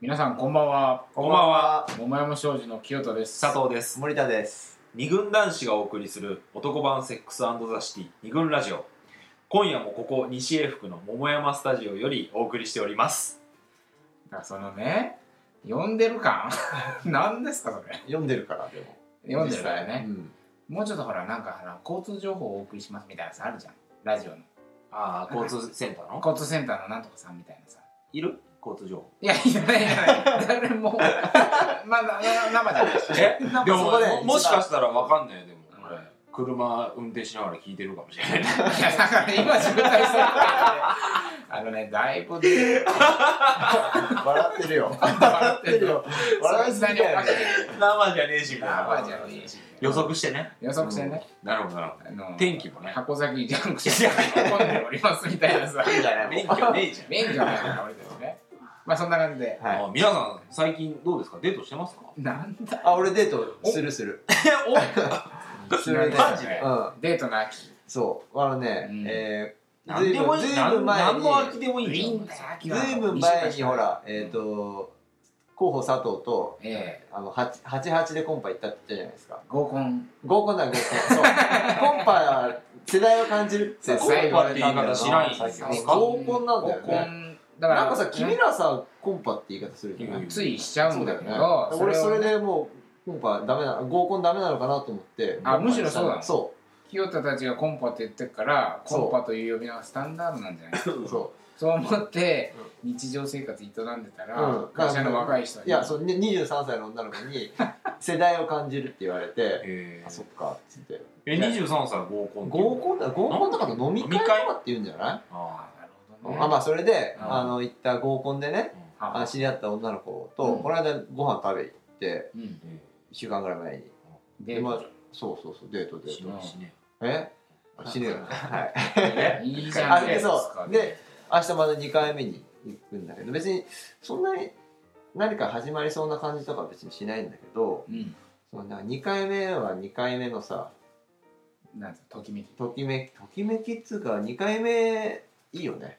皆さんこんばんはこんばんは。桃山商事の清田です佐藤です。森田です。二軍男子がお送りする男版セックスザシティ二軍ラジオ。今夜もここ西英福の桃山スタジオよりお送りしております。だからそのね呼んでる感 何ですかそれ読んでるからでも。読んでるからねう、ん。もうちょっとほらなんかあの交通情報をお送りしますみたいなさあるじゃんラジオのああ、交通センターの交通センターのなんとかさんみたいなさ いる交通情報。いやいやいやいや誰もまあなな生じゃないしえなんでかもそこでももしかしたらわかんないよ、でもうん。俺車運転しながら聞いてるかもしれない。いやだから今渋滞するからねあのねだいぶね笑ってるよ。笑笑ってるよ。笑いすぎだよね。 生じゃねえし、みたいな。生じゃねえし予測してね。予測してね、なるほど、なるほあの天気もね箱崎ジャンクションに混んでおりますみたいなさいいんじゃど。ない 免もう許ねえじ便利じゃないから俺たちねまあそんな感じでゃん。はい。あ皆さん、最近どうですかデートしてますかなんだあ、俺デートするする。するね。マジでうん。デートの秋そう。あのねうん、えー何でもいいずいぶ何ん前に何の秋でもいいんいじいゃんんだよず秋いはぶん前にほ、短いからえっと、候補佐藤と、ええあの、八八八でコンパ行ったって言ったじゃないですか。合コン合コンだ合コン。そう。コンパ、世代を感じるってコンパって言い方しないん最です近か合コンなんだよ合コね。ンだからなんかさ、君らさ、コンパって言い方するじゃないうんついしちゃうんだけど俺それをねでもうコンパダメな合コンダメなのかなと思ってあむしろそうだそ清田たちがコンパって言ってるからそうコンパという呼び名はスタンダードなんじゃない うそそう思って日常生活営んでたうらん会社の若い人ういにやそうに23歳の女の子 に世代を感じるって言われてえあそっかっつってえ23歳は合コンっていう合コンだ合コンとかの飲み会とかって言うんじゃないああなるほどねあまあそれでうんあの行った合コンでねああの知り合った女の子うとんこの間ご飯食べ行ってうんえ1週間ぐらい前にデーまあトそうそうそうデートでえしないしね え死ぬよはい いいじゃあんでデートそうで明日また2回目に行くんだけど別にそんなに何か始まりそうな感じとかは別にしないんだけどうんそのなんか2回目は2回目のさなんつうのときめきときめきときめきっつうか2回目いいよね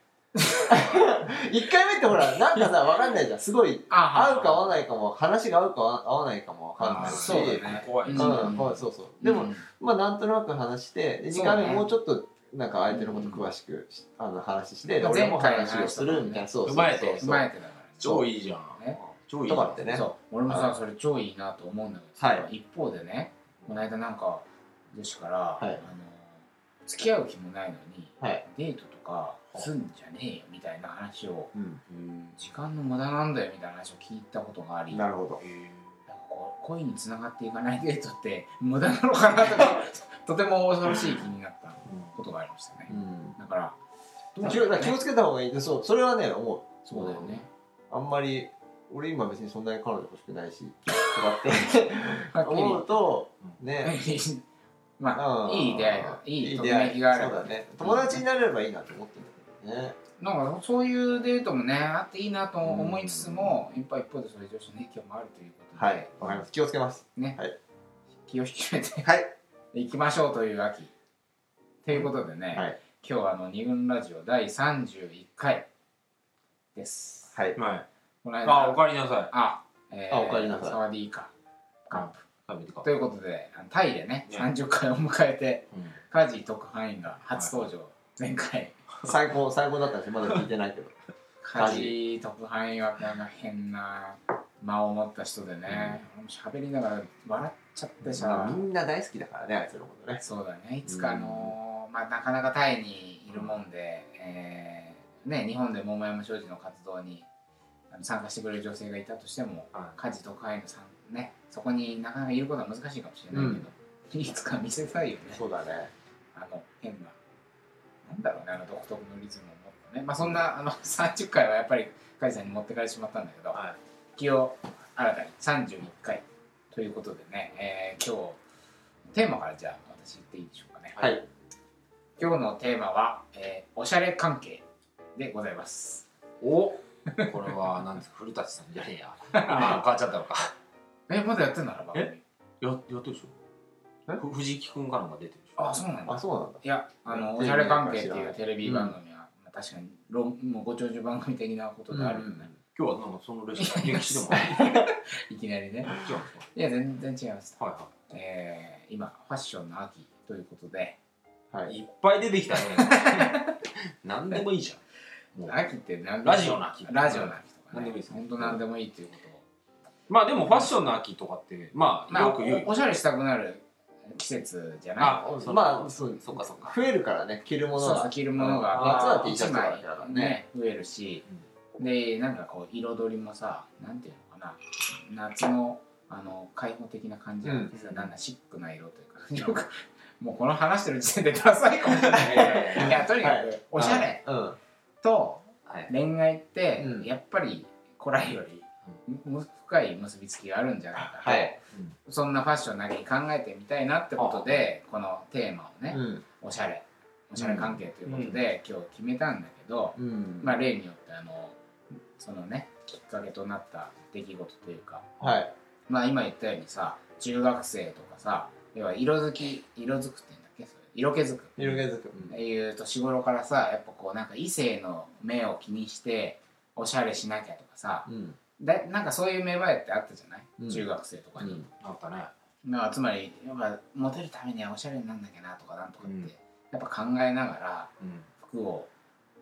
1回目ってほらなんかさ分かんないじゃんすごいあ合うか合わないかも話が合うか合わないかも分かんないしそうだね怖いうんんしまあそうそうでも、うんまあなんとなく話してでそ2うね回目もうちょっとなんか相手のこと詳しくし、あの話してで前俺回のも話をするみたいなそうそうそうそう踏まえてだから超いいじゃんね超いいとじゃかっんてねそう俺もはさいそれ超いいなと思うんだけどさ、は一方でねこの間なんか女子から、いあの付き合う気もないのに、はいデートとかすんじゃねえよみたいな話をうんうん時間の無駄なんだよみたいな話を聞いたことがありなるほどえなんかこう恋につながっていかないデートって無駄なのかなとか とても恐ろしい気になったことがありましたね、うんだからどうなん気だろうをだから気をつけた方がいいそうそれはね思そうだよ ねうあんまり俺今別にそんなに彼女欲しくないしとかって はっきり思うとね、まあ、うんいい出会いが、いいとき出め会きいがあれそうばだ、ね友達になれればいいなと思ってるんだけどねなんかそういうデートもね、あっていいなと思いつつも、一方一方でそういう女子の影響もあるということで、はいわかります気をつけます気を引き締めて はいいきましょうという秋。ということでね、はい今日はあの二軍ラジオ第31回です。はいはいこの間あおかえりなさいあ、えあおかえりなさいサワディーカカ食べてかップ。ということで、あのタイでね、ね30回を迎えて、うんカジ特派員が初登場、前回。最高最高だったしまだ聞いてないけど家事特派員はこんな変な間を持った人でね、俺も喋りながら笑っちゃってまさあ、みんな大好きだからねあいつのことねそうだねいつかあのーまあなかなかタイにいるもんで、えーね日本で桃山商事の活動にあの参加してくれる女性がいたとしてもはい家事特派員のさんねそこになかなかいることは難しいかもしれないけど、いつか見せたいよねそうだねあの変な、なんだろうね、あの独特のリズムを持ったね。まあそんなあの30回 はやっぱり甲斐さんに持ってかれてしまったんだけど、は気を新たに31回ということでね、えー今日、テーマからじゃあ私言っていいでしょうかね。はい今日のテーマは、えーおしゃれ関係でございます。おこれは何ですか古舘さんじゃねえ やあ変わっちゃったのかえ、まだやってんだな、番組。ややってるでしえょふ藤木くんからも出てるでしょあ、そうなんだあ。そうなんだいや、あの、うんおしゃれ関係っていうテレビ番組は、まあ確かに、ろもうご長寿番組的なことであるよね。うん今日はなんかそのレシピ歴史でもあるいきなりね。違うんですかいや、全然違います。はいはえー、今、ファッションの秋ということで、はいい。いっぱい出てきたね何でもいいじゃんもう秋って何でもラジオの秋ラジオの秋とか、ね、何でもいいですね本当何でもいいっていうことを。まあでもファッションの秋とかってまあまあ、よく言うよ、おおしゃれしたくなる季節じゃないああまあそうそっかそっか増えるからね着るものそうそがう着るものあがー夏は T シャツだ枚からねね増えるし、でなんかこう彩りもさなんていうのかな夏のあの開放的な感じなんですよ、うんだんだんシックな色というかよ くもうこの話してる時点でダサいかもし れないいやいやいやいやとにかはくおしゃれうんとはい恋愛って、うんやっぱり古来よりむ深い結びつきがあるんじゃないかと、はいそんなファッションなりに考えてみたいなってことでこのテーマをね、うんおしゃれおしゃれ関係ということで、今日決めたんだけど、うんまあ、例によってあのそのねきっかけとなった出来事というか、はいまあ、今言ったようにさ中学生とかさ要は色づき色づくって言うんだっけそれ色気づく色気づくっていう年頃からさやっぱこうなんか異性の目を気にしておしゃれしなきゃとかさうんだなんかそういう芽生えってあったじゃない、うん中学生とかに。あったねまあ、つまりやっぱモテるためにはおしゃれになんなきゃなとかなんとかって、うんやっぱ考えながらうん服を、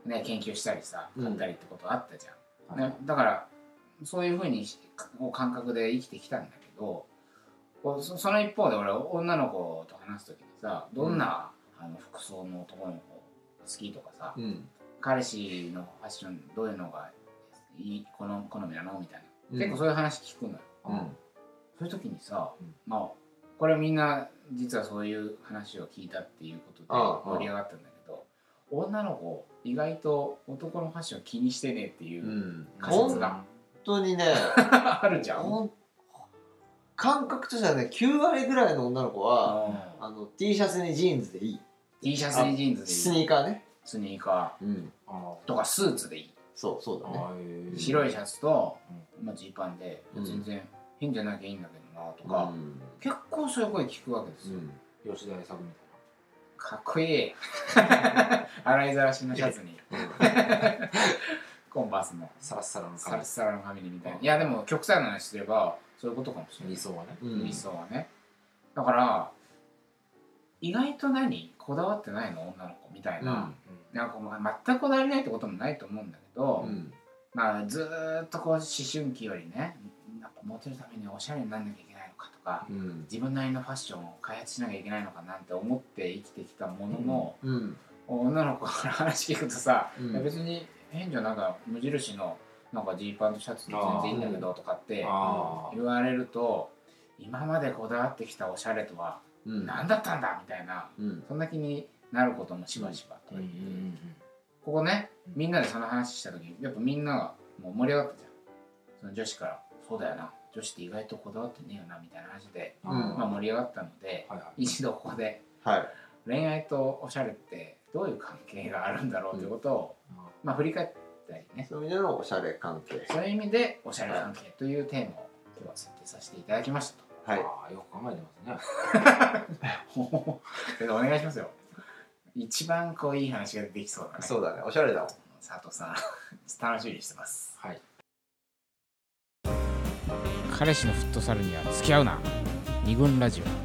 ね、研究したりさうん買ったりってことあったじゃん、はいね、だからそういうふうにしこう感覚で生きてきたんだけどこうそその一方で俺女の子と話す時にさどんな、あの服装の男の子好きとかさ、うん彼氏のファッションどういうのがいい好好みなのみたいな、うん結構そういう話聞くのよ、うんそういう時にさ、うんまあこれみんな実はそういう話を聞いたっていうことでああ盛り上がったんだけど女の子意外と男のファッション気にしてねっていううん仮説が、本当にねあるじゃん。ほん感覚としてはね9割ぐらいの女の子はうんあの T シャツにジーンズでいい T シャツにジーンズでスいいニーカーねスニーカうんあーとかスーツでいい、そうそうだねー白いシャツとうまあジー、パンでうん全然変じゃなきゃいいんだけどなとか、ん結構そういう声聞くわけですうよ、ん吉田栄作みかっこい い洗いざらしのシャツに コンバースのたいなサラッサラのサラ髪ッサラの髪にみたいないやでも極端な話すればそういうことかもしれない理想はねうん理想はねだから意外と何こだわってないの女の子みたいな、なんかまあ全くこだわりないってこともないと思うんだけど、うんまあずーっとこう思春期よりねやっぱモテるためにはおしゃれになんなきゃいけないのかとかうん自分なりのファッションを開発しなきゃいけないのかなんて思って生きてきたものの、うん女の子から話聞くとさういやん別に変じゃんなんか無印のなんかジーパンとシャツで全然いいんだけどとかってあー言われると今までこだわってきたおしゃれとはうん何だったんだみたいなうんそんな気になることもしばしばとうんうんここねみんなでその話した時やっぱみんながもう盛り上がったじゃんその女子から「そうだよな女子って意外とこだわってねえよな」みたいな話で、うんうんまあ、盛り上がったのではいはい一度ここではい恋愛とおしゃれってどういう関係があるんだろうということを、まあ振り返ったりねそういうのおしゃれ関係そういう意味でおしゃれ関係というテーマを今日は設定させていただきましたと。はいあーよく考えてます ねお願いしますよ。一番こういい話ができそうだね。そうだねおしゃれだもん佐藤さん楽しみにしてます。はい彼氏のフットサルには付き合うな。二軍ラジオ。